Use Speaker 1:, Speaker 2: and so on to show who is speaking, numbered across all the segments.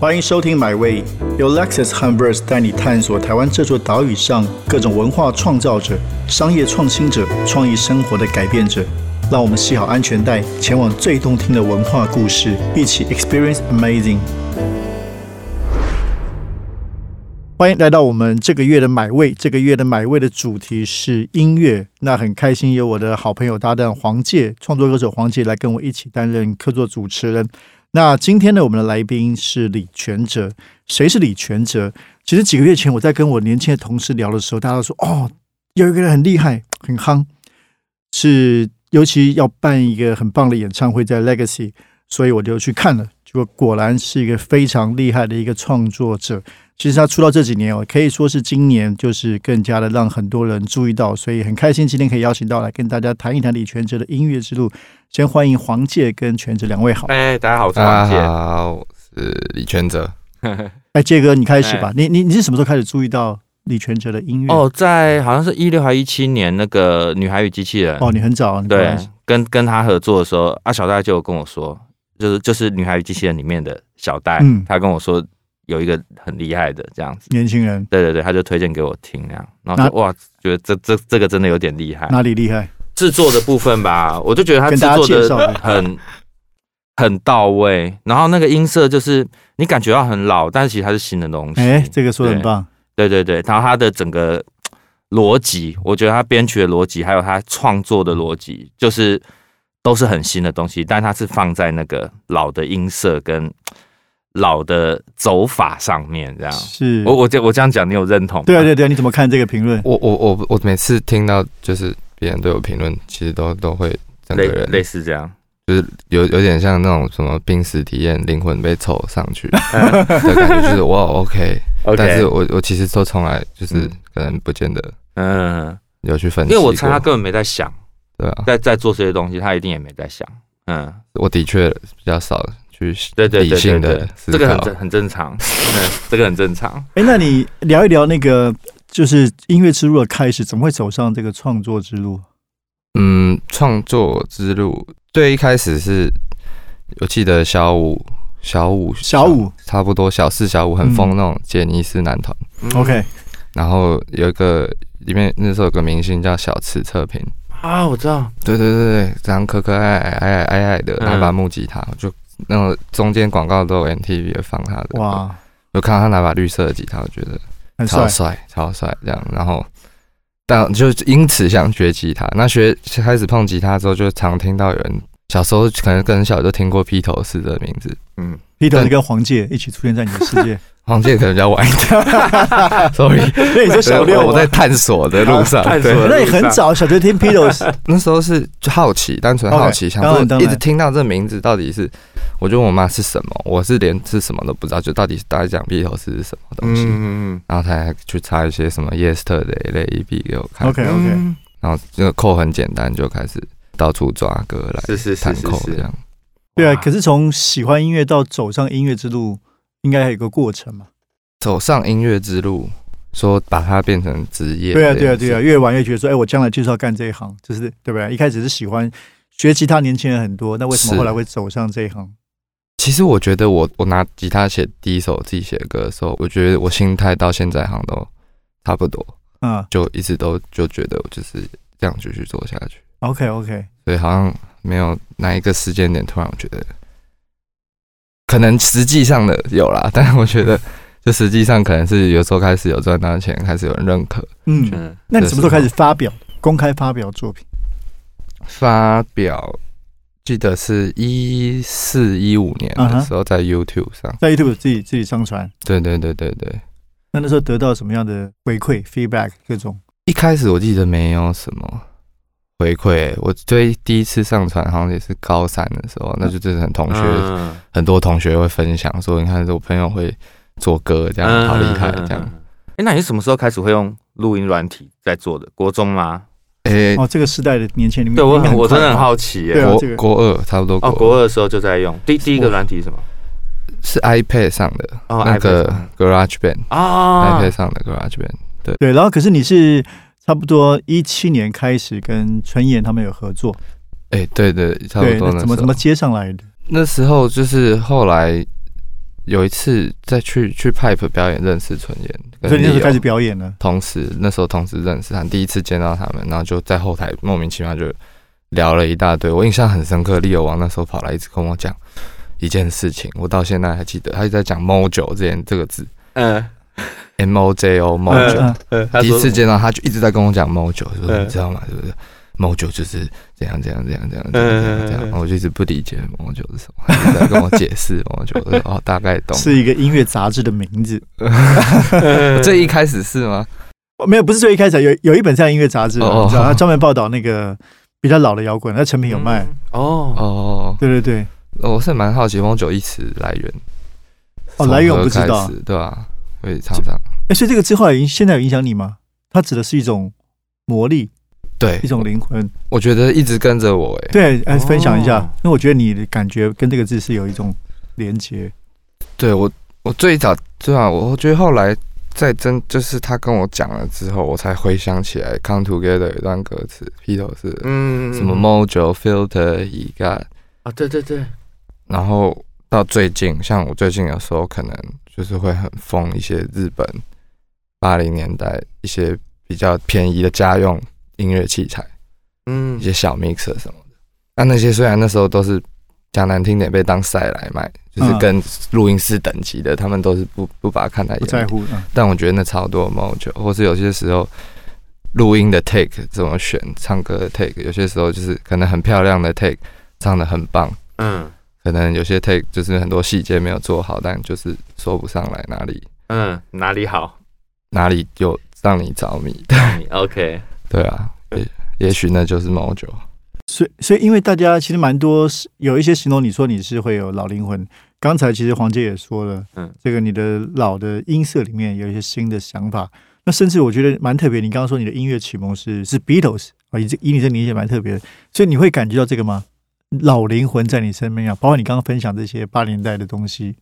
Speaker 1: 欢迎收听 My Way，由 Lexus 和 Verse 带你探索台湾这座岛屿上各种文化创造者、商业创新者、创意生活的改变者。让我们系好安全带，前往最动听的文化故事，一起 experience amazing。欢迎来到我们这个月的买位。这个月的买位的主题是音乐。那很开心有我的好朋友搭档黄介，创作歌手黄介来跟我一起担任客座主持人。那今天呢，我们的来宾是李全哲。谁是李全哲？其实几个月前我在跟我年轻的同事聊的时候，大家都说哦，有一个人很厉害，很夯，是尤其要办一个很棒的演唱会在 Legacy，所以我就去看了。结果果然是一个非常厉害的一个创作者。其实他出道这几年哦，可以说是今年就是更加的让很多人注意到，所以很开心今天可以邀请到来跟大家谈一谈李全哲的音乐之路。先欢迎黄介跟全哲两位好。
Speaker 2: 哎、大家好，
Speaker 1: 啊
Speaker 2: 我是
Speaker 3: 大
Speaker 2: 王
Speaker 3: 家
Speaker 2: 健。
Speaker 3: 啊好，我是李全哲。
Speaker 1: 哎，杰哥，你开始吧。你你你是什么时候开始注意到李全哲的音乐？
Speaker 2: 哦，在好像是一六还一七年那个《女孩与机器人》
Speaker 1: 哦，你很早啊，你果
Speaker 2: 对
Speaker 1: 然是，
Speaker 2: 跟跟他合作的时候，啊，小戴就有跟我说，就是就是《女孩与机器人》里面的小戴，
Speaker 1: 嗯
Speaker 2: 他跟我说有一个很厉害的这样子，
Speaker 1: 年轻人
Speaker 2: 对对对，他就推荐给我听这样，然后说哇，觉得这这这个真的有点厉害。
Speaker 1: 哪里厉害？
Speaker 2: 制作的部分吧，我就觉得他
Speaker 1: 跟
Speaker 2: 制
Speaker 1: 大家
Speaker 2: 作
Speaker 1: 介绍
Speaker 2: 的
Speaker 1: 一下
Speaker 2: 很很到位，然后那个音色就是你感觉到很老，但是其实它是新的东西。
Speaker 1: 哎，这个说的很棒。
Speaker 2: 嗯对对对，然后他的整个逻辑，我觉得他编曲的逻辑，还有他创作的逻辑，就是都是很新的东西，但它是放在那个老的音色跟老的走法上面，这样。
Speaker 1: 是，
Speaker 2: 我我这我这样讲，你有认同吗？
Speaker 1: 对啊对啊对啊，你怎么看这个评论？
Speaker 3: 我我我我每次听到就是别人对我评论，其实都都会整个
Speaker 2: 类类
Speaker 3: 人
Speaker 2: 似这样。
Speaker 3: 有有点像那种什么濒死体验，灵魂被抽上 去的感觉，就是哇 OK，但是我我其实都从来就是
Speaker 2: 嗯
Speaker 3: 可能不见得
Speaker 2: 嗯，
Speaker 3: 有去分
Speaker 2: 因
Speaker 3: 析，
Speaker 2: 为我猜他根本没在想，
Speaker 3: 对啊，
Speaker 2: 在在做这些东西，他一定也没在想。嗯，
Speaker 3: 我的确比较少去
Speaker 2: 对对
Speaker 3: 理
Speaker 2: 对对
Speaker 3: 性
Speaker 2: 对
Speaker 3: 的，
Speaker 2: 这
Speaker 3: 思
Speaker 2: 个很
Speaker 3: 考
Speaker 2: 正。很正常，嗯，这个很正常。
Speaker 1: 哎，那你聊一聊那个就是音乐之路的开始，怎么会走上这个创作之路？
Speaker 3: 嗯，创作之路最一开始是，我记得小五小五
Speaker 1: 小五
Speaker 3: 差不多小四小五很疯那种杰尼斯男团，
Speaker 2: 嗯
Speaker 1: ，OK
Speaker 3: 然后有一个里面那时候有个明星叫小池测评，
Speaker 2: 啊，我知道，
Speaker 3: 对对对对，长得可可爱爱矮矮矮矮的，
Speaker 2: 嗯
Speaker 3: 拿把木吉他，就那种中间广告都有 MTV 有放他的，
Speaker 2: 嗯
Speaker 3: 哇，
Speaker 1: 哇，
Speaker 3: 我看到他拿把绿色的吉他，我觉得
Speaker 1: 很帅
Speaker 3: 超，帅超帅这样，然后。但就因此想学吉他，那学开始碰吉他之后，就常听到有人小时候可能更小就听过披头士的名字，
Speaker 2: 嗯，
Speaker 1: Peter
Speaker 3: 但
Speaker 1: 是跟黄介一起出现在你的世 界。
Speaker 3: 黄健可能比较晚 一点，sorry，
Speaker 1: 那你说小六吗啊哦
Speaker 3: 我我在探索的路上，
Speaker 2: 探索
Speaker 3: 啊对
Speaker 2: 的路上
Speaker 1: 那你很早，小学听 Peter
Speaker 3: 那时候是好奇，单纯好奇
Speaker 1: OK，
Speaker 3: 想
Speaker 1: 当然
Speaker 3: 说
Speaker 1: 当
Speaker 3: 一
Speaker 1: 然
Speaker 3: 直听到这名字到底是，我就问我妈是什么，我是连是什么都不知道，就到底大家讲披头士是什么东西，
Speaker 2: 嗯嗯
Speaker 3: 然后才去查一些什么 Yesterday、l a b 给我看
Speaker 1: OK OK，
Speaker 2: 嗯，
Speaker 3: 然后这个扣很简单，就开始到处抓歌来
Speaker 2: 是是是
Speaker 3: 弹
Speaker 2: 是
Speaker 3: 扣
Speaker 2: 是
Speaker 3: 这，样。
Speaker 1: 对啊。
Speaker 2: 哇
Speaker 1: 可是从喜欢音乐到走上音乐之路，应该还有个过程嘛？
Speaker 3: 走上音乐之路，说把它变成职业，
Speaker 1: 对啊，对啊，对啊，，越玩越觉得说，哎，我将来就是要干这一行，就是对不对？一开始是喜欢学吉他，年轻人很多，那为什么
Speaker 3: 是
Speaker 1: 后来会走上这一行？
Speaker 3: 其实我觉得我我拿吉他写第一首自己写的歌的时候，我觉得我心态到现在好像都差不多，
Speaker 1: 嗯
Speaker 3: 就一直都就觉得我就是这样继续做下去，
Speaker 1: ，OK OK，
Speaker 3: 所以好像没有哪一个时间点突然我觉得，可能实际上的有啦，但我觉得就实际上可能是有时候开始有赚到钱，开始有人认可，
Speaker 1: 嗯，
Speaker 2: 嗯
Speaker 1: 那你什么时候开始发表公开发表作品？
Speaker 3: 发表。记得是一四一五年
Speaker 1: 嗯
Speaker 3: 的
Speaker 1: 哼
Speaker 3: 时候，在 YouTube 上
Speaker 1: 在 YouTube 自己自己上传，
Speaker 3: 对对对对对，
Speaker 1: 那那时候得到什么样的回馈 feedback 各种？
Speaker 3: 一开始我记得没有什么回馈、我最第一次上传好像也是高三的时候，那就真的很同学，
Speaker 2: 嗯
Speaker 3: 很多同学会分享说，你看我朋友会做歌，这样、好厉害，这样。
Speaker 2: 哎、那你是什么时候开始会用录音软体在做的？国中吗？
Speaker 3: 诶、
Speaker 1: 哦，这个时代的年轻人里面，
Speaker 2: 对我
Speaker 1: 应该
Speaker 2: 很我
Speaker 1: 快
Speaker 2: 真的很
Speaker 1: 吧
Speaker 2: 好奇耶、
Speaker 1: 对啊
Speaker 3: 国、
Speaker 1: 这个
Speaker 3: 国二差不多
Speaker 2: 哦，
Speaker 3: 国
Speaker 2: 国
Speaker 3: 二
Speaker 2: 二的时候就在用。第第一个软体是什么？
Speaker 3: 是 iPad 上的、
Speaker 2: 哦
Speaker 3: 那个
Speaker 2: iPad 上
Speaker 3: GarageBand，iPad、
Speaker 2: 啊，
Speaker 3: 上的 GarageBand，
Speaker 1: 对，然后可是你是差不多一七年开始跟陈妍他们有合作，
Speaker 3: 诶、对对，差不
Speaker 1: 对，
Speaker 3: 多
Speaker 1: 那
Speaker 3: 那
Speaker 1: 怎么
Speaker 3: 时
Speaker 1: 怎
Speaker 3: 候
Speaker 1: 么。接上来的？
Speaker 3: 那时候就是后来有一次在去去 Pipe 表演认识纯妍，跟
Speaker 1: 所以你那时候
Speaker 3: Leo
Speaker 1: 开始表演了，
Speaker 3: 同时那时候同时认识他，第一次见到他们，然后就在后台莫名其妙就聊了一大堆。我印象很深刻，利友王那时候跑来一直跟我讲一件事情，我到现在还记得，他一直在讲 mojo 这件这个字
Speaker 2: 嗯
Speaker 3: ，m o j o mojo。
Speaker 1: 嗯，
Speaker 2: 嗯，他
Speaker 3: 第一
Speaker 2: 说
Speaker 3: 次见到他就一直在跟我讲 mojo，就说
Speaker 2: 嗯
Speaker 3: 你知道吗？是不是 mojo 就是怎样怎样怎样怎样怎
Speaker 2: 嗯
Speaker 3: 样怎样怎样，然后我就一直不理解 mojo 是什么，他一直在跟我解释 mojo，我说哦大概懂。
Speaker 1: 是一个音乐杂志的名字，
Speaker 3: 这一开始是吗？
Speaker 1: 哦没有，不是最一开始有有一本这样的音乐杂志啊，
Speaker 3: 哦
Speaker 1: 你知道，它专门报道那个 比较老的摇滚，它成品有
Speaker 3: 嗯
Speaker 1: 卖，
Speaker 2: 哦，
Speaker 3: 哦，
Speaker 1: 对对对，
Speaker 3: 我是蛮好奇 mojo 一词来源。
Speaker 1: 哦，来源我不知道
Speaker 3: 从何开，始，对啊？我也常常
Speaker 1: 哎，所以这个字后来影现在有影响你吗？它指的是一种魔力，
Speaker 3: 对
Speaker 1: 一种灵魂，
Speaker 3: 我觉得一直跟着我哎、
Speaker 1: 对，哎，
Speaker 2: 哦
Speaker 1: 分享一下，因为我觉得你的感觉跟这个字是有一种连接，
Speaker 3: 对我我最早对啊，我我觉得后来在真就是他跟我讲了之后，我才回想起来《Come Together》有一段歌词，披头是
Speaker 2: 嗯，
Speaker 3: 什么 Mojo Filter He Got，
Speaker 2: 啊？对对对，
Speaker 3: 然后到最近，像我最近有时候可能就是会很疯一些日本八零年代一些比较便宜的家用音乐器材。
Speaker 2: 嗯
Speaker 3: 一些小 mixer 什么的。那那些虽然那时候都是讲难听点被当赛来卖，就是
Speaker 1: 嗯
Speaker 3: 跟录音室等级的，他们都是不不把它看在
Speaker 1: 不
Speaker 3: 眼
Speaker 1: 在
Speaker 3: 里。
Speaker 1: 乎，嗯
Speaker 3: 但我觉得那超多 mojo，或是有些时候录音的 take 怎么选，唱歌的 take，有些时候就是可能很漂亮的 take，唱的很棒。
Speaker 2: 嗯
Speaker 3: 可能有些 take 就是很多细节没有做好，但就是说不上来哪里
Speaker 2: 嗯，哪里好
Speaker 3: 哪里有让你着迷。
Speaker 2: 你？OK，
Speaker 3: 对啊，也也许那就是 mojo。
Speaker 1: 所以，所以因为大家其实蛮多是有一些形容你说你是会有老灵魂。刚才其实黄姐也说了，
Speaker 2: 嗯，
Speaker 1: 这个你的老的音色里面有一些新的想法。那甚至我觉得蛮特别，你刚刚说你的音乐启蒙是是 Beatles 啊，以这以你这年纪蛮特别的，所以你会感觉到这个吗？老灵魂在你身边啊，包括你刚刚分享这些八零代的东西，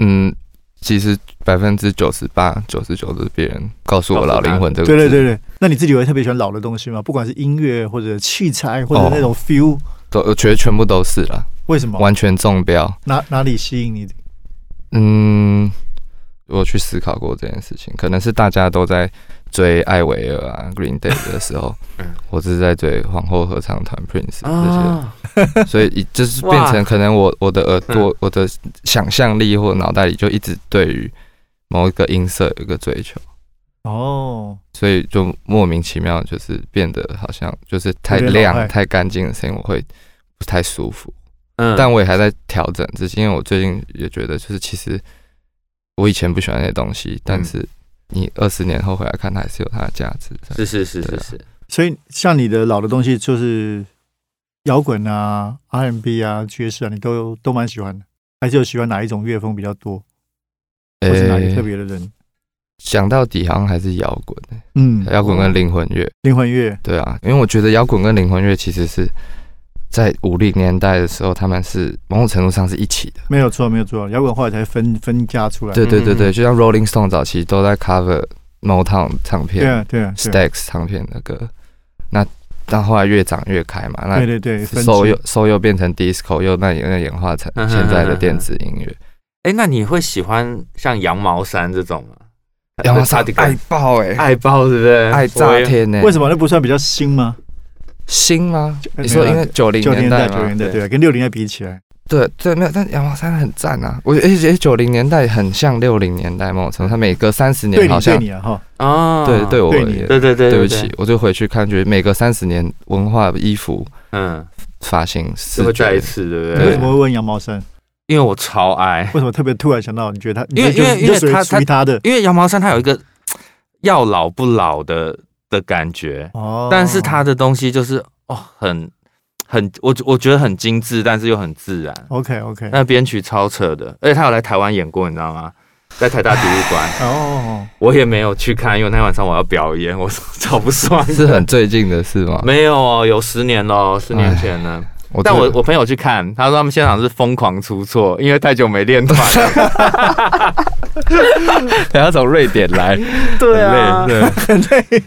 Speaker 3: 嗯，其实百分之九十八、九十九都是别人告诉我“老灵魂”这个字。
Speaker 1: 对对对对。那你自己会特别喜欢老的东西吗？不管是音乐或者器材或者那种 feel，、
Speaker 3: 都我觉得全部都是啦，
Speaker 1: 为什么？
Speaker 3: 完全中标。
Speaker 1: 哪哪里吸引你？
Speaker 3: 嗯，我去思考过这件事情，可能是大家都在追艾维尔啊、Green Day 的时候
Speaker 2: 嗯，
Speaker 3: 我只是在追皇后合唱团 Prince 这
Speaker 2: 啊，
Speaker 3: 些，所以就是
Speaker 2: 哇
Speaker 3: 变成可能我我的耳朵、我的想象力或脑袋里就一直对于某一个音色有一个追求。
Speaker 1: 哦，
Speaker 3: 所以就莫名其妙就是变得好像就是太
Speaker 1: 有点老派
Speaker 3: 亮、太干净的声音，我会不太舒服。
Speaker 2: 嗯，
Speaker 3: 但我也还在调整自己，因为我最近也觉得，就是其实我以前不喜欢那些东西，但是
Speaker 1: 嗯
Speaker 3: 你二十年后回来看，它还是有它的价值在。
Speaker 2: 是是是
Speaker 3: 对
Speaker 2: 是
Speaker 3: 啊
Speaker 2: 是，
Speaker 1: 所以像你的老的东西，就是摇滚啊、R&B 啊、爵士啊，你都都蛮喜欢的。还是有喜欢哪一种乐风比较多，或是哪一个特
Speaker 3: 诶，
Speaker 1: 别的人？
Speaker 3: 讲到底好像还是摇滚欸，
Speaker 1: 嗯，
Speaker 3: 摇滚跟灵魂乐，
Speaker 1: 灵魂乐，
Speaker 3: 对啊，因为我觉得摇滚跟灵魂乐其实是在五零年代的时候，他们是某种程度上是一起的。
Speaker 1: 没有错，没有错。摇滚后来才分分家出来。
Speaker 3: 对对对
Speaker 2: 嗯
Speaker 3: 对，就像 Rolling Stone 早期都在 cover Motown 唱片，
Speaker 1: 对啊，对啊，对啊
Speaker 3: Stax 唱片的歌，那但后来越长越开嘛，
Speaker 1: 对
Speaker 3: 那
Speaker 1: 对对，分
Speaker 3: 收
Speaker 1: 支
Speaker 3: 又收又变成 disco，又那那演化成
Speaker 2: 嗯哼
Speaker 3: 现在的电子音乐。
Speaker 2: 哎，那你会喜欢像羊毛衫这 种吗？
Speaker 3: 然后啥爱
Speaker 2: Cardigan
Speaker 3: 爆哎，
Speaker 2: 爱包对不对？
Speaker 3: 爱炸天呢？
Speaker 1: 为什么那不算比较新吗？
Speaker 3: 新吗？
Speaker 1: 就
Speaker 3: 你说因为九零
Speaker 1: 九零
Speaker 3: 年
Speaker 1: 代、
Speaker 3: 代
Speaker 1: 九
Speaker 3: 吗
Speaker 1: 零？代，
Speaker 2: 对
Speaker 1: 对啊，跟六零代比起来，
Speaker 3: 对对，没有，但哎羊毛衫很赞啊！我而且九零年代很像六零年代某种程度，它每隔三十
Speaker 1: 对
Speaker 3: 年
Speaker 1: 你
Speaker 3: 好
Speaker 1: 对
Speaker 3: 像
Speaker 1: 你啊哈，
Speaker 2: 我也啊，
Speaker 3: 对对我
Speaker 1: 对
Speaker 3: 而
Speaker 1: 你
Speaker 3: 言
Speaker 2: 对对对，
Speaker 3: 对不起，，我就回去看，觉得每隔三十年文化、衣服、
Speaker 2: 嗯，
Speaker 3: 发型
Speaker 2: 就
Speaker 3: 视
Speaker 2: 会再一
Speaker 3: 觉，
Speaker 2: 次，
Speaker 1: 你
Speaker 2: 对不
Speaker 1: 为
Speaker 2: 对
Speaker 1: 什？么会问羊毛衫？
Speaker 2: 因为我超爱，
Speaker 1: 为什么特别突然想到？你觉得他，
Speaker 2: 因为
Speaker 1: 你就
Speaker 2: 因为
Speaker 1: 你就属于
Speaker 2: 因为他
Speaker 1: 属于他的
Speaker 2: 因为羊毛衫它有一个要老不老的的感觉，
Speaker 1: 哦，
Speaker 2: 但是它的东西就是哦，很很我我觉得很精致，但是又很自然。
Speaker 1: OK
Speaker 3: 嗯
Speaker 1: OK
Speaker 2: 那编曲超扯的，而且他有来台湾演过，你知道吗？在台大体育馆，
Speaker 1: 哦，
Speaker 2: 我也没有去看，因为那晚上我要表演，我 超不爽。
Speaker 3: 是很最近的事吗？
Speaker 2: 没有哦，有十年了，十年前呢。
Speaker 3: 我
Speaker 2: 但
Speaker 3: 这
Speaker 2: 我我朋友去看，他说他们现场是疯狂出错，因为太久没 练团了。
Speaker 3: 等下从瑞典来，
Speaker 2: 对啊
Speaker 3: 很累，对，
Speaker 1: 很累。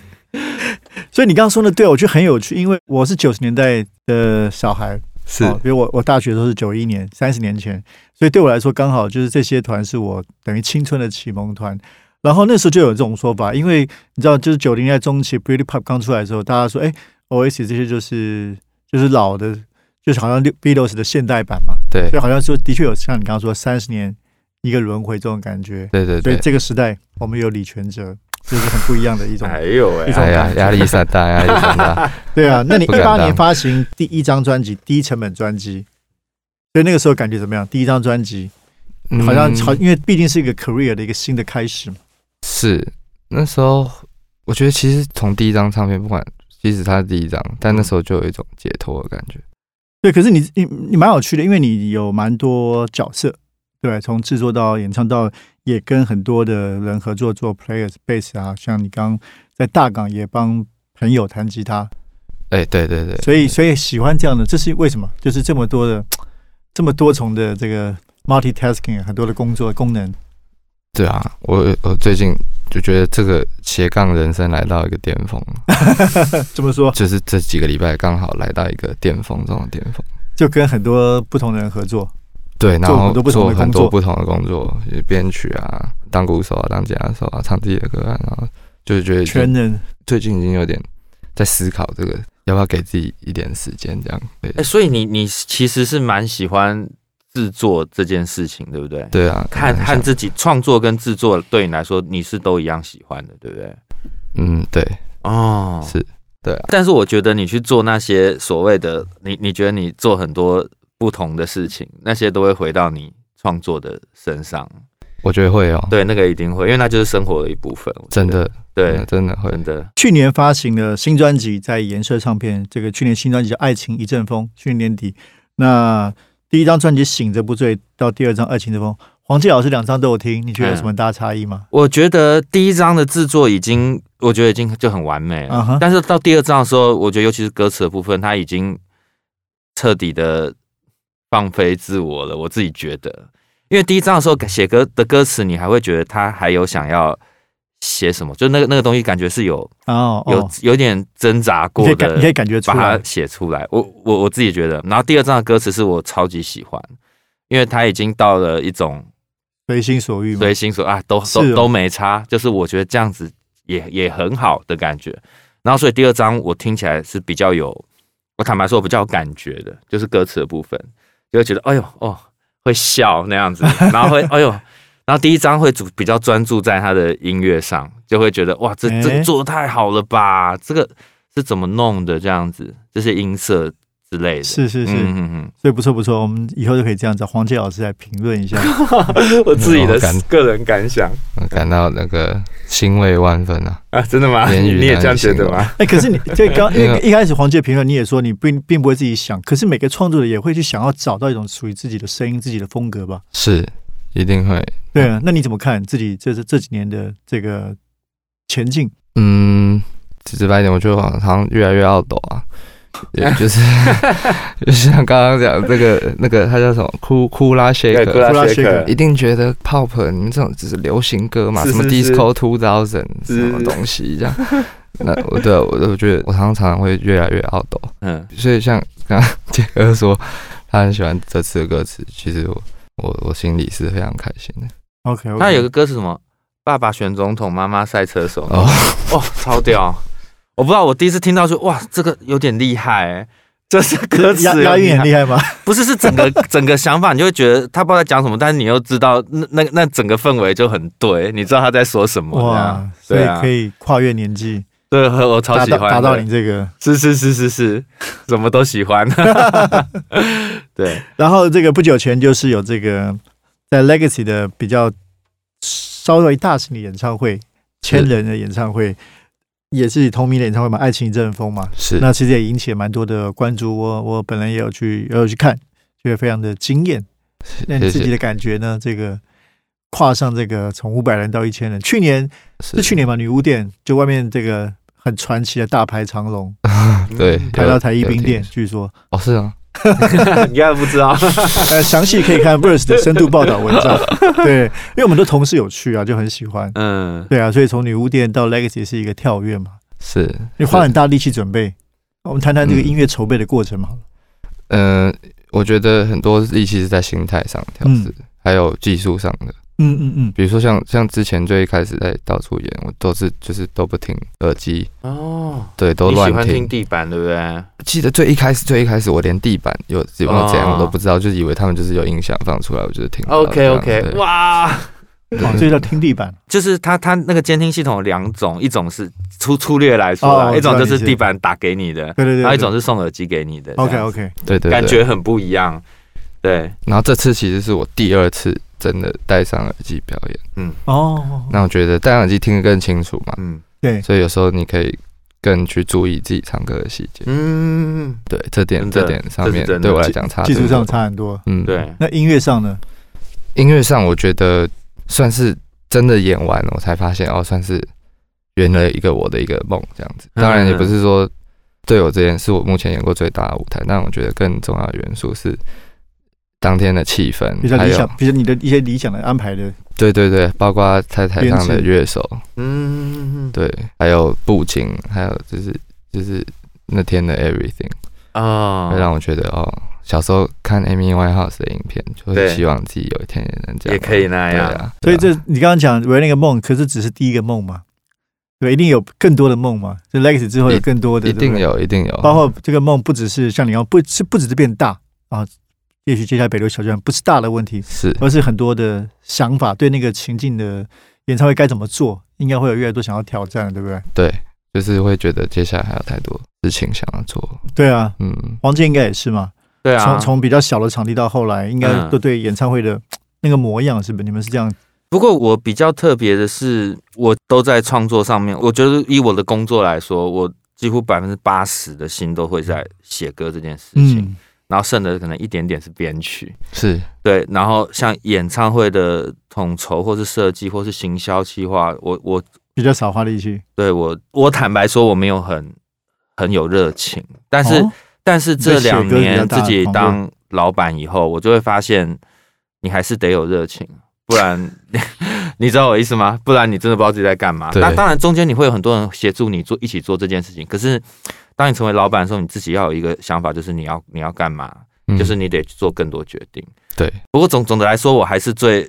Speaker 1: 所以你刚刚说的对，我觉得很有趣，因为我是九十年代的小孩，
Speaker 3: 是
Speaker 1: 哦，比如我我大学都是九一年，三十年前，所以对我来说刚好就是这些团是我等于青春的启蒙团。然后那时候就有这种说法，因为你知道，就是九零年代中期 b r i t y Pop 刚出来的时候，大家说，哎，Oasis 这些就是就是老的，就是好像 Beatles 的现代版嘛，
Speaker 3: 对
Speaker 1: 所以好像说的确有像你刚刚说三十年一个轮回这种感觉。
Speaker 3: 对对
Speaker 1: 所以
Speaker 3: 对，
Speaker 1: 这个时代我们有李全哲，这是很不一样的一种。
Speaker 2: 哎呦喂、
Speaker 1: 一种
Speaker 3: 哎呀
Speaker 1: 感，觉
Speaker 3: 压力山 大，压力山大，
Speaker 1: 对啊，那你一
Speaker 3: 不敢
Speaker 1: 八
Speaker 3: 当
Speaker 1: 年发行第一张专辑，低成本专辑，所以那个时候感觉怎么样？第一张专辑
Speaker 3: 嗯
Speaker 1: 好像好，因为毕竟是一个 career 的一个新的开始嘛。
Speaker 3: 是那时候，我觉得其实从第一张唱片，不管即使它是第一张，但那时候就有一种解脱的感觉。
Speaker 1: 对，可是你你你蛮有趣的，因为你有蛮多角色，对，从制作到演唱到也跟很多的人合作做 players bass 啊，像你刚在大港也帮朋友弹吉他，
Speaker 3: 哎，对对对，
Speaker 1: 所以所以喜欢这样的，这是为什么？就是这么多的这么多重的这个 multitasking 很多的工作功能。
Speaker 3: 对啊，我我最近就觉得这个斜杠人生来到一个巅 峰，
Speaker 1: 这么说，
Speaker 3: 就是这几个礼拜刚好来到一个巅峰中的巅峰。
Speaker 1: 就跟很多不同的人合作，
Speaker 3: 对，然
Speaker 1: 做很
Speaker 3: 后
Speaker 1: 多不同
Speaker 3: 做
Speaker 1: 的
Speaker 3: 很
Speaker 1: 工
Speaker 3: 多
Speaker 1: 作
Speaker 3: 不同的工作，也编曲啊，当鼓手啊，当吉他手啊，唱自己的歌啊，然后就是觉得已经
Speaker 1: 全能。
Speaker 3: 最近已经有点在思考这个要不要给自己一点时间，这样对
Speaker 2: 哎，所以你你其实是蛮喜欢制作这件事情，对不对？
Speaker 3: 对啊，
Speaker 2: 看
Speaker 3: 很
Speaker 2: 看
Speaker 3: 想
Speaker 2: 自己创作跟制作对你来说，你是都一样喜欢的，对不对？
Speaker 3: 嗯对
Speaker 2: 哦
Speaker 3: 是对啊，
Speaker 2: 但是我觉得你去做那些所谓的你，你觉得你做很多不同的事情，那些都会回到你创作的身上。
Speaker 3: 我觉得会哦，
Speaker 2: 对，那个一定会，因为那就是生活的一部分。我觉
Speaker 3: 真
Speaker 2: 得
Speaker 3: 的嗯真的
Speaker 2: 对，
Speaker 3: 真的会，
Speaker 2: 真的
Speaker 1: 去年发行的新专辑在颜色唱片，这个去年新专辑叫《爱情一阵风》，去年年底。那第一张专辑《醒着不醉》到第二张《爱情一阵风》，黄继老师两张都有听，你觉得
Speaker 2: 嗯
Speaker 1: 有什么大差异吗？
Speaker 2: 我觉得第一章的制作已经，我觉得已经就很完美了。
Speaker 1: 嗯哼
Speaker 2: 但是到第二章的时候，我觉得尤其是歌词的部分，它已经彻底的放飞自我了。我自己觉得，因为第一章的时候写歌的歌词，你还会觉得他还有想要写什么，就那个那个东西，感觉是有
Speaker 1: 哦
Speaker 2: 有、
Speaker 1: 哦，
Speaker 2: 有点挣扎
Speaker 1: 你
Speaker 2: 过
Speaker 1: 可以感你可
Speaker 2: 的
Speaker 1: 以，感觉出
Speaker 2: 把
Speaker 1: 来
Speaker 2: 它，写出来。我我我自己觉得，然后第二章的歌词是我超级喜欢，因为它已经到了一种。
Speaker 1: 随心所欲嘛。
Speaker 2: 随心所啊，都
Speaker 1: 是
Speaker 2: 都、
Speaker 1: 哦
Speaker 2: 都没差，就是我觉得这样子也也很好的感觉。然后所以第二章我听起来是比较有，我坦白说我比较有感觉的，就是歌词的部分，就会觉得哎呦哦会笑那 样子，然后会哎呦，然后第一章会主比较专注在他的音乐上，就会觉得哇这
Speaker 1: 哎
Speaker 2: 这做的太好了吧，这个是怎么弄的这样子，这些音色之类的，
Speaker 1: 是是是，
Speaker 2: 嗯嗯嗯。
Speaker 1: 所以不错不错，我们以后就可以这样子，黄继老师来评论一下。
Speaker 2: 我
Speaker 3: 自己的
Speaker 2: 个人哦感想
Speaker 3: 我感到那个欣慰万分啊，
Speaker 2: 啊，真的吗
Speaker 3: 言语你也这样觉得吗？
Speaker 1: 哎、可是你这刚因
Speaker 3: 因
Speaker 1: 为
Speaker 3: 为
Speaker 1: 一开始黄杰评论你也说你并并不会自己想，可是每个创作者也会去想要找到一种属于自己的声音、自己的风格吧？
Speaker 3: 是一定会，
Speaker 1: 对啊，那你怎么看自己这这这几年的这个前进？
Speaker 3: 嗯，直白一点，我觉得好像越来越懊斗啊，也就是 就像刚刚讲这个那个他叫什么库库拉谢
Speaker 2: 对，
Speaker 3: 克，
Speaker 1: 拉
Speaker 2: 拉
Speaker 1: 谢克
Speaker 3: 一定觉得 pop 你们这种只是流行歌嘛，
Speaker 2: 是
Speaker 3: 什么
Speaker 2: 是
Speaker 3: disco two thousand 什
Speaker 2: 是
Speaker 3: 么东西这样。 那我对我我觉得我常常会越来越懊斗，
Speaker 2: 嗯，
Speaker 3: 所以像刚刚杰哥说他很喜欢这次的歌词，其实我我我心里是非常开心的。
Speaker 1: OK，,
Speaker 3: 嗯
Speaker 1: o k
Speaker 2: 他有个歌是什么？爸爸选总统，妈妈赛车手。
Speaker 3: 哦
Speaker 2: 哦，超屌！我不知道，我第一次听到说，哇，这个有点厉害、欸，这是歌词
Speaker 1: 押
Speaker 2: 有
Speaker 1: 押韵
Speaker 2: 点
Speaker 1: 很厉 害吗？
Speaker 2: 害，不是是整个整个想法，你就会觉得他不知道在讲什么，但是你又知道那那那整个氛围就很对，你知道他在说什么。这
Speaker 1: 哇
Speaker 2: 样，
Speaker 1: 所以
Speaker 2: 对啊
Speaker 1: 可，以跨越年纪，
Speaker 2: 对，我超
Speaker 1: 达
Speaker 2: 喜
Speaker 1: 到
Speaker 2: 欢的
Speaker 1: 达到你，这个。
Speaker 2: 是是是是是，什么都喜欢。对，
Speaker 1: 然后这个不久前就是有这个在 Legacy 的比较稍微大型的演唱会，千人的演唱会，也是同名的演唱会嘛，《爱情一阵风》嘛，
Speaker 3: 是
Speaker 1: 那其实也引起了蛮多的关注。我我本人也有去也有去看，觉得非常的惊艳。那你
Speaker 3: 谢
Speaker 1: 自己
Speaker 3: 谢
Speaker 1: 的感觉呢？这个跨上这个从五百人到一千人，去年是去年嘛，女巫店就外面这个很传奇的大排长龙，
Speaker 3: 对
Speaker 1: 排到台一冰
Speaker 3: 有
Speaker 1: 店，
Speaker 3: 听
Speaker 1: 据说。
Speaker 3: 哦是啊，
Speaker 2: 你该不知道。
Speaker 1: 呃，详细可以看 Verse 的深度报道文 章。对，因为我们的同事有去啊，就很喜欢。
Speaker 2: 嗯，
Speaker 1: 对啊，所以从女巫店到 Legacy 是一个跳跃嘛，
Speaker 3: 是
Speaker 1: 你花很大力气准备。我们谈谈这个音乐筹备的过程嘛。
Speaker 3: 嗯、我觉得很多力气是在心态上调试，还有技术上的。
Speaker 1: 嗯嗯嗯，
Speaker 3: 比如说像像之前最一开始在到处演，我都是就是都不听耳机，
Speaker 2: 哦，
Speaker 3: 对，都
Speaker 2: 你
Speaker 3: 乱
Speaker 2: 喜欢
Speaker 3: 听
Speaker 2: 听。地板对不对？
Speaker 3: 记得最一开始最一开始我连地板有有没有怎样
Speaker 2: 哦
Speaker 3: 我都不知道，就以为他们就是有音响放出来，我就是听不到
Speaker 2: OK
Speaker 3: 这样
Speaker 2: OK，
Speaker 3: 对
Speaker 2: 哇，
Speaker 3: 对
Speaker 1: 哦，这叫听地板。
Speaker 2: 就是它它那个监听系统有两种，一种是粗粗略来说
Speaker 1: 哦
Speaker 2: 啦，
Speaker 1: 我
Speaker 2: 一
Speaker 1: 知道
Speaker 2: 种就
Speaker 1: 理
Speaker 2: 是
Speaker 1: 解
Speaker 2: 地板打给你的，
Speaker 1: 对对对，
Speaker 2: 还有一种是送耳机给你的。这
Speaker 1: OK
Speaker 2: 样
Speaker 1: OK，
Speaker 3: 对对，
Speaker 2: 感
Speaker 3: 对
Speaker 2: 觉很不一样。对，
Speaker 3: 然后这次其实是我第二次真的戴上耳机表演，
Speaker 1: 哦，
Speaker 3: 那我觉得戴上耳机听得更清楚嘛，
Speaker 2: 嗯
Speaker 1: 对，
Speaker 3: 所以有时候你可以更去注意自己唱歌的细节。
Speaker 2: 嗯，
Speaker 3: 对，这点
Speaker 2: 真的
Speaker 3: 这点上
Speaker 2: 这是
Speaker 3: 面
Speaker 2: 真的
Speaker 3: 对我来讲差
Speaker 1: 技术上
Speaker 3: 很多，
Speaker 1: 差很多。
Speaker 3: 嗯，
Speaker 2: 对，
Speaker 1: 那音乐上呢？
Speaker 3: 音乐上我觉得算是真的演完了，我才发现哦，算是圆了一个我的一个梦这样子。
Speaker 2: 嗯
Speaker 3: 当然也不是说对我这件是我目前演过最大的舞台，但我觉得更重要的元素是当天的气氛，
Speaker 1: 比较
Speaker 3: 还
Speaker 1: 理
Speaker 3: 有
Speaker 1: 想，比较你的一些理想的安排的，
Speaker 3: 对对对，包括在台上的
Speaker 1: 编制
Speaker 3: 乐手，
Speaker 2: 嗯，
Speaker 3: 对，还有布景，还有就是就是那天的 everything，
Speaker 2: 啊
Speaker 3: 会让我觉得哦，小时候看 Amy Winehouse 的影片，就会
Speaker 2: 对
Speaker 3: 希望自己有一天也能这
Speaker 2: 也
Speaker 3: 样，
Speaker 2: 可以那
Speaker 3: 对
Speaker 2: 样。
Speaker 3: 啊。
Speaker 1: 所以这
Speaker 3: 对啊
Speaker 1: 你刚刚讲为那个梦，可是只是第一个梦嘛，对，一定有更多的梦嘛。就 Legacy 之后有更多的，对
Speaker 3: 一
Speaker 1: 不
Speaker 3: 定
Speaker 1: 对，
Speaker 3: 有，一定有，
Speaker 1: 包括这个梦不只是像你要不是不只是变大啊，也许接下来北流小巨蛋不是大的问题，
Speaker 3: 是
Speaker 1: 而是很多的想法对那个情境的演唱会该怎么做，应该会有越来越多想要挑战，对不对？
Speaker 3: 对，就是会觉得接下来还有太多事情想要做，
Speaker 1: 对啊，
Speaker 3: 嗯，
Speaker 1: 王健应该也是嘛，
Speaker 2: 对啊，
Speaker 1: 从从比较小的场地到后来，应该
Speaker 2: 嗯
Speaker 1: 都对演唱会的那个模样，是不是？你们是这样？
Speaker 2: 不过我比较特别的是，我都在创作上面。我觉得以我的工作来说，我几乎百分之八十的心都会在写歌这件事情，
Speaker 1: 嗯，
Speaker 2: 然后剩的可能一点点是编曲。
Speaker 3: 是
Speaker 2: 对，然后像演唱会的统筹，或是设计，或是行销计划，我我
Speaker 1: 比较少花力气，
Speaker 2: 对我我坦白说，我没有很很有热情，但是、
Speaker 1: 哦
Speaker 2: 但是这两年自己
Speaker 1: 你对写歌比较大的狂
Speaker 2: 当老板以后，我就会发现，你还是得有热情，不然 你知道我意思吗？不然你真的不知道自己在干嘛。
Speaker 3: 对
Speaker 2: 那当然，中间你会有很多人协助你做一起做这件事情，可是当你成为老板的时候，你自己要有一个想法，就是你要你要干嘛，
Speaker 3: 嗯
Speaker 2: 就是你得做更多决定。
Speaker 3: 对，
Speaker 2: 不过总总的来说，我还是最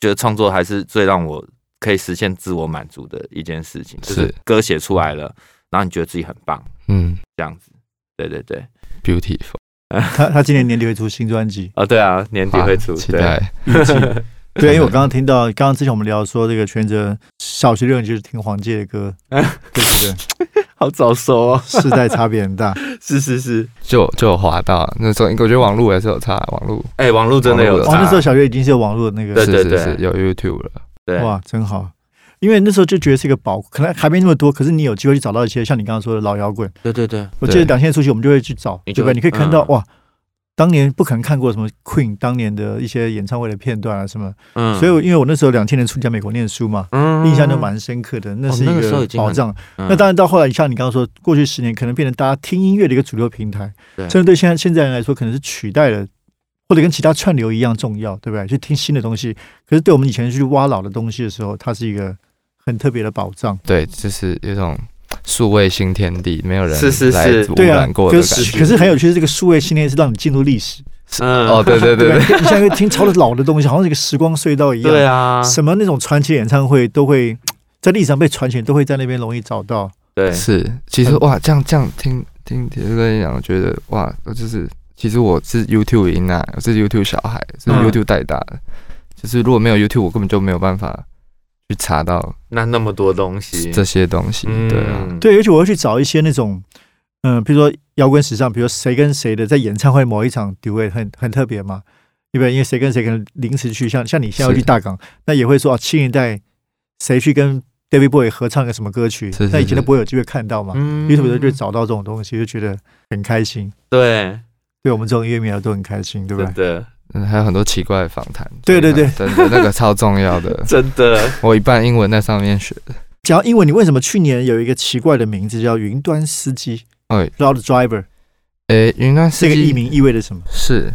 Speaker 2: 觉得创作还是最让我可以实现自我满足的一件事情，就是
Speaker 3: 是
Speaker 2: 歌写出来了，然后你觉得自己很棒，
Speaker 3: 嗯
Speaker 2: 这样子。对对对，
Speaker 3: ，beautiful，
Speaker 1: 他他今年年底会出新专辑，
Speaker 2: 哦对啊，年底会
Speaker 3: 啊
Speaker 2: 出，
Speaker 3: 期
Speaker 2: 对
Speaker 3: 待，
Speaker 1: 预计。对，因为我刚刚听到，刚刚之前我们聊说这个全哲小学六年级就是听黄玠的歌，
Speaker 2: 嗯
Speaker 1: 对对对，
Speaker 2: 好早熟哦，
Speaker 1: 世代差别很大。
Speaker 2: 是是是，
Speaker 3: 就就有滑到那时候，我觉得网络也是有差，网络
Speaker 2: 哎、网络真的有
Speaker 3: 网
Speaker 1: 哦，
Speaker 3: 络
Speaker 2: 差，
Speaker 1: 那时候小学已经是有网络的那个，
Speaker 2: 对
Speaker 3: 是是
Speaker 2: 对
Speaker 3: 是有 YouTube 了，
Speaker 2: 对，
Speaker 1: 哇，真好。因为那时候就觉得是一个宝，可能还没那么多，可是你有机会去找到一些像你刚刚说的老摇滚。
Speaker 2: 对对对，
Speaker 1: 我记得
Speaker 3: 对
Speaker 1: 两千年出去，我们就会去找，
Speaker 2: 你
Speaker 1: 对
Speaker 2: 就
Speaker 1: 吧？你可以看到
Speaker 2: 嗯
Speaker 1: 哇，当年不可能看过什么 Queen 当年的一些演唱会的片段啊什么。
Speaker 2: 嗯，
Speaker 1: 所以我因为我那时候两千年出家美国念书嘛，
Speaker 2: 嗯哦
Speaker 1: 印象就，蛮深刻的，那是一
Speaker 2: 那个时候
Speaker 1: 个
Speaker 2: 已经
Speaker 1: 宝
Speaker 2: 很
Speaker 1: 藏。
Speaker 2: 嗯
Speaker 1: 那当然到后来，像你刚刚说，过去十年可能变成大家听音乐的一个主流平台，
Speaker 2: 对
Speaker 1: 甚至对现在现在人来说，可能是取代了，或者跟其他串流一样重要，对不对？去听新的东西，可是对我们以前去挖老的东西的时候，它是一个很特别的宝藏。
Speaker 3: 对，就是有一种数位新天地，没有人
Speaker 2: 是是
Speaker 3: 来
Speaker 2: 是
Speaker 3: 污
Speaker 1: 对啊
Speaker 3: 染，过的
Speaker 1: 可
Speaker 3: 感
Speaker 1: 是
Speaker 3: 觉，
Speaker 1: 可是很有趣，这个数位信念是让你进入历史，
Speaker 2: 嗯
Speaker 3: 哦，对对对
Speaker 1: 不
Speaker 3: 对，
Speaker 1: 你像一个 听超老的东西，好像是一个时光隧道一样，
Speaker 2: 对啊，
Speaker 1: 什么那种传奇演唱会都会在历史上被传起来，都会在那边容易找到。
Speaker 2: 对，
Speaker 3: 是，其实哇，这样这样听听铁哥跟你讲，我觉得哇，我就是其实我是 YouTube 赢啊，我是 YouTube 小孩，是
Speaker 1: 嗯
Speaker 3: YouTube 带大的，就是如果没有 YouTube，我根本就没有办法去查到
Speaker 2: 那那么多东西，
Speaker 3: 这些东西，对啊，
Speaker 2: 嗯，
Speaker 1: 对，尤其我会去找一些那种，嗯，比如说摇滚史上，比如说谁跟谁的在演唱会某一场 duet 很很特别嘛，对不对？因为谁跟谁可能临时去，像像你现在要去
Speaker 3: 是
Speaker 1: 大港，那也会说啊，七年代谁去跟 David Bowie 合唱个什么歌曲
Speaker 3: 是，是
Speaker 1: 那以前都
Speaker 3: 是
Speaker 1: 不会有机会看到嘛。
Speaker 2: 嗯
Speaker 1: YouTube 就会找到这种东西，就觉得很开心。
Speaker 2: 对，
Speaker 1: 对我们这种音乐迷来都很开心，对不对
Speaker 2: 真？的，
Speaker 3: 嗯，还有很多奇怪的访谈，
Speaker 1: 对对对
Speaker 3: 真的那个超重要的
Speaker 2: 真的，
Speaker 3: 我一半英文在上面学的，
Speaker 1: 讲到英文，你为什么去年有一个奇怪的名字叫云端司机
Speaker 3: 哎
Speaker 1: （Cloud Driver）？
Speaker 3: 诶，云端司
Speaker 1: 这个艺
Speaker 3: 机
Speaker 1: 名意味着什么？
Speaker 3: 是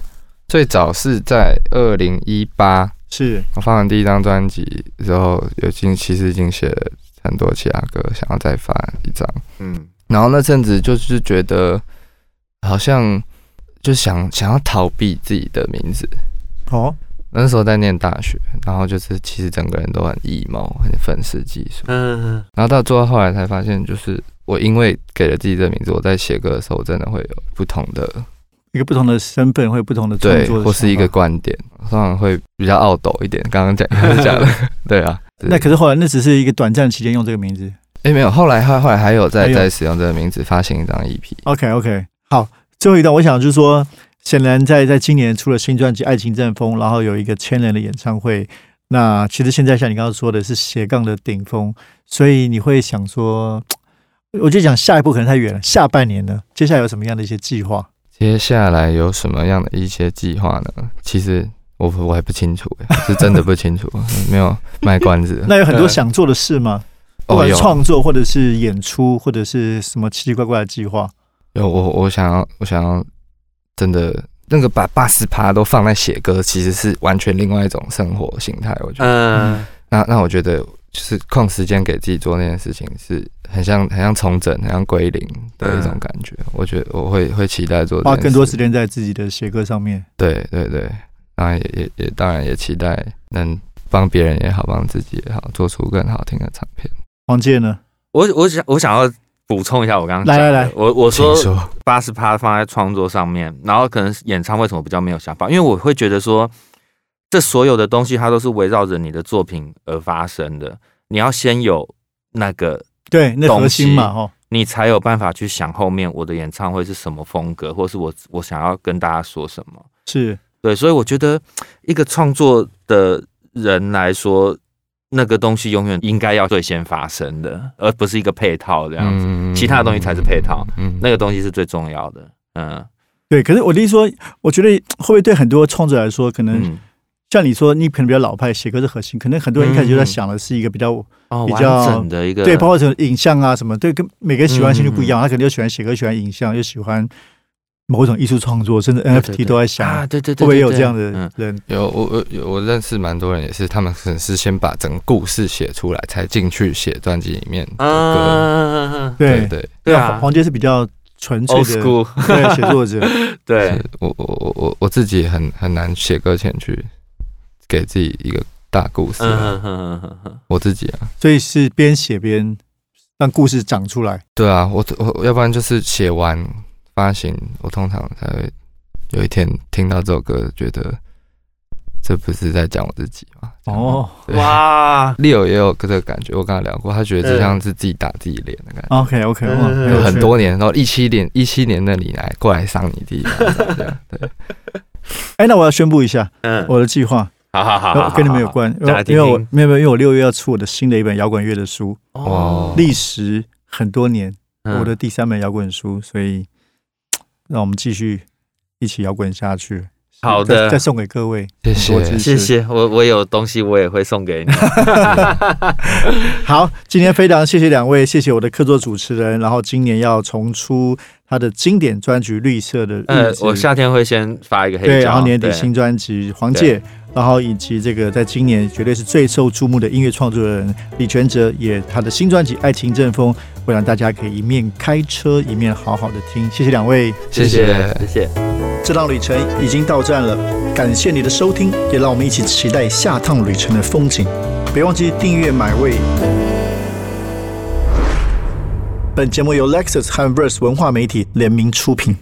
Speaker 3: 最早是在二零一八。
Speaker 1: 是
Speaker 3: 我发完第一张专辑之后，有经其实已经写了很多其他歌，想要再发一张。
Speaker 2: 嗯
Speaker 3: 然后那阵子就是觉得好像就想想要逃避自己的名字。
Speaker 1: 哦，
Speaker 3: 那时候在念大学，然后就是其实整个人都很 emo，很愤世嫉俗。
Speaker 2: 嗯，
Speaker 3: 然后到做到后来才发现，就是我因为给了自己这个名字，我在写歌的时候，我真的会有不同的
Speaker 1: 一个不同的身份会有不同的创
Speaker 3: 对
Speaker 1: 作的，
Speaker 3: 或是一个
Speaker 1: 想法。
Speaker 3: 观点，通常会比较傲斗一点。刚刚讲讲的， 对啊。
Speaker 1: 那可是后来那只是一个短暂期间用这个名字。
Speaker 3: 哎没有，后来后来后来还有
Speaker 1: 还
Speaker 3: 在
Speaker 1: 有
Speaker 3: 在使用这个名字发行一张 E EP，
Speaker 1: OK OK，好，最后一段我想就是说，显然在在今年出了新专辑《爱情阵风》，然后有一个千人的演唱会。那其实现在像你刚刚说的是斜杠的顶峰，所以你会想说，我就讲下一步可能太远了，下半年呢，接下来有什么样的一些计划？
Speaker 3: 接下来有什么样的一些计划呢？其实我我还不清楚，是真的不清楚， 没有卖关子。
Speaker 1: 那有很多
Speaker 2: 对
Speaker 1: 想做的事
Speaker 2: 嗯
Speaker 1: 吗？不
Speaker 3: 哦
Speaker 1: 管是
Speaker 3: 有
Speaker 1: 创作或者是演出或者是什么奇奇怪怪的计划，
Speaker 3: 有我我想要我想要真的那个把八十趴都放在写歌，其实是完全另外一种生活形态。我觉得，
Speaker 2: 嗯，
Speaker 3: 那那我觉得就是空时间给自己做那件事情，是很像很像重整，很像归零的一种
Speaker 2: 嗯
Speaker 3: 感觉。我觉得我会会期待
Speaker 2: 哦
Speaker 3: 做这
Speaker 1: 花
Speaker 3: 件
Speaker 1: 更多
Speaker 3: 事
Speaker 1: 时间在自己的写歌上面。
Speaker 3: 对对对，然后也也也当然也期待能帮别人也好，帮自己也好，做出更好听的唱片。
Speaker 1: 黄健呢？
Speaker 2: 我我想我想要补充一下我刚刚
Speaker 1: 来
Speaker 2: 讲的
Speaker 1: 来来
Speaker 2: 我我说
Speaker 3: 听说
Speaker 2: 八十趴放在创作上面，然后可能演唱会什么比较没有想法，因为我会觉得说，这所有的东西它都是围绕着你的作品而发生的，你要先有那个，
Speaker 1: 对，那核心嘛，哦，
Speaker 2: 你才有办法去想后面我的演唱会是什么风格，或是我我想要跟大家说什么。
Speaker 1: 是
Speaker 2: 对，所以我觉得一个创作的人来说，那个东西永远应该要最先发生的，而不是一个配套这样子。
Speaker 3: 嗯
Speaker 2: 其他的东西才是配套，
Speaker 3: 嗯
Speaker 2: 那个东西是最重要的。嗯
Speaker 1: 对。可是我的意思说，我觉得会不会对很多创作者来说，可能
Speaker 2: 嗯，
Speaker 1: 像你说，你可能比较老派，写歌是核心，可能很多人一开始就在
Speaker 2: 嗯
Speaker 1: 想的是一个比较
Speaker 2: 哦，
Speaker 1: 比
Speaker 2: 完
Speaker 1: 较
Speaker 2: 整的一个
Speaker 1: 对，包括什么影像啊什么，对，跟每
Speaker 2: 嗯
Speaker 1: 个人喜欢兴趣不一样，他可能又喜欢写歌，喜欢影像，又喜欢某种艺术创作，甚至
Speaker 2: 对
Speaker 1: NFT 都在想，
Speaker 2: 啊，对对
Speaker 1: 会
Speaker 2: 对，
Speaker 1: 不会
Speaker 2: 对
Speaker 1: 有
Speaker 2: 对
Speaker 1: 这样
Speaker 2: 嗯
Speaker 1: 的人？
Speaker 3: 有我我有我认识蛮多人也是，他们可能是先把整个故事写出来，才进去写专辑里面的歌。
Speaker 2: 啊，
Speaker 1: 对
Speaker 3: 对，
Speaker 2: 对
Speaker 1: 黄
Speaker 2: 啊
Speaker 1: 黄杰是比较纯粹
Speaker 2: ，old
Speaker 1: 的
Speaker 2: school，
Speaker 1: 对写作者，
Speaker 2: 对
Speaker 3: 是，我我我我我自己很很难写歌前去给自己一个大故事、
Speaker 2: 嗯
Speaker 3: 啊。
Speaker 2: 哼哼哼哼
Speaker 3: 我自己啊，
Speaker 1: 所以是边写边让故事长出来。
Speaker 3: 对啊，我我我要不然就是写完发行，我通常才会有一天听到这首歌，觉得这不是在讲我自己嘛。这样
Speaker 1: 哦，
Speaker 2: 哼
Speaker 3: 对
Speaker 2: 哇，
Speaker 3: ，Leo 也有这个感觉，我跟他聊过，他觉得这像是自己打自己脸的感觉。
Speaker 1: OK OK，哇，
Speaker 2: 嗯
Speaker 1: 哦有趣
Speaker 3: 有很多年，然后一七年一七年那里来过来上你弟，这样对，
Speaker 1: 哎，那我要宣布一下
Speaker 2: 嗯，
Speaker 1: 我的计划，
Speaker 2: 好好好好
Speaker 1: 然
Speaker 2: 好，
Speaker 1: 后跟你们有关，因
Speaker 2: 讲来
Speaker 1: 为
Speaker 2: 听
Speaker 1: 因为我
Speaker 2: 听
Speaker 1: 没有没有，因为我六月要出我的新的一本摇滚乐的书，
Speaker 3: 哦
Speaker 1: 历时很多年，
Speaker 2: 嗯
Speaker 1: 我的第三本摇滚书，所以让我们继续一起摇滚下去。
Speaker 2: 好
Speaker 1: 再
Speaker 2: 的
Speaker 1: 再送给各位，
Speaker 3: 谢
Speaker 1: 很多知识
Speaker 2: 谢
Speaker 3: 谢
Speaker 2: 谢我，我有东西我也会送 给你，
Speaker 1: 好，今天非常谢谢两位，谢谢我的客座主持人，然后今年要重出他的经典专辑《绿色的日子
Speaker 2: 呃》，我夏天会先发一个黑啊胶，
Speaker 1: 对，然后年底
Speaker 2: 对
Speaker 1: 新专辑《黄界》，然后以及这个在今年绝对是最受注目的音乐创作人李全哲，也他的新专辑《爱情阵风》，会让大家可以一面开车一面好好的听。谢谢两位，
Speaker 3: 谢谢。
Speaker 2: 谢谢。
Speaker 1: 这趟旅程已经到站了，感谢你的收听，也让我们一起期待下趟旅程的风景。别忘记订阅买位。本节目由 Lexus 和 Verse 文化媒体联名出品。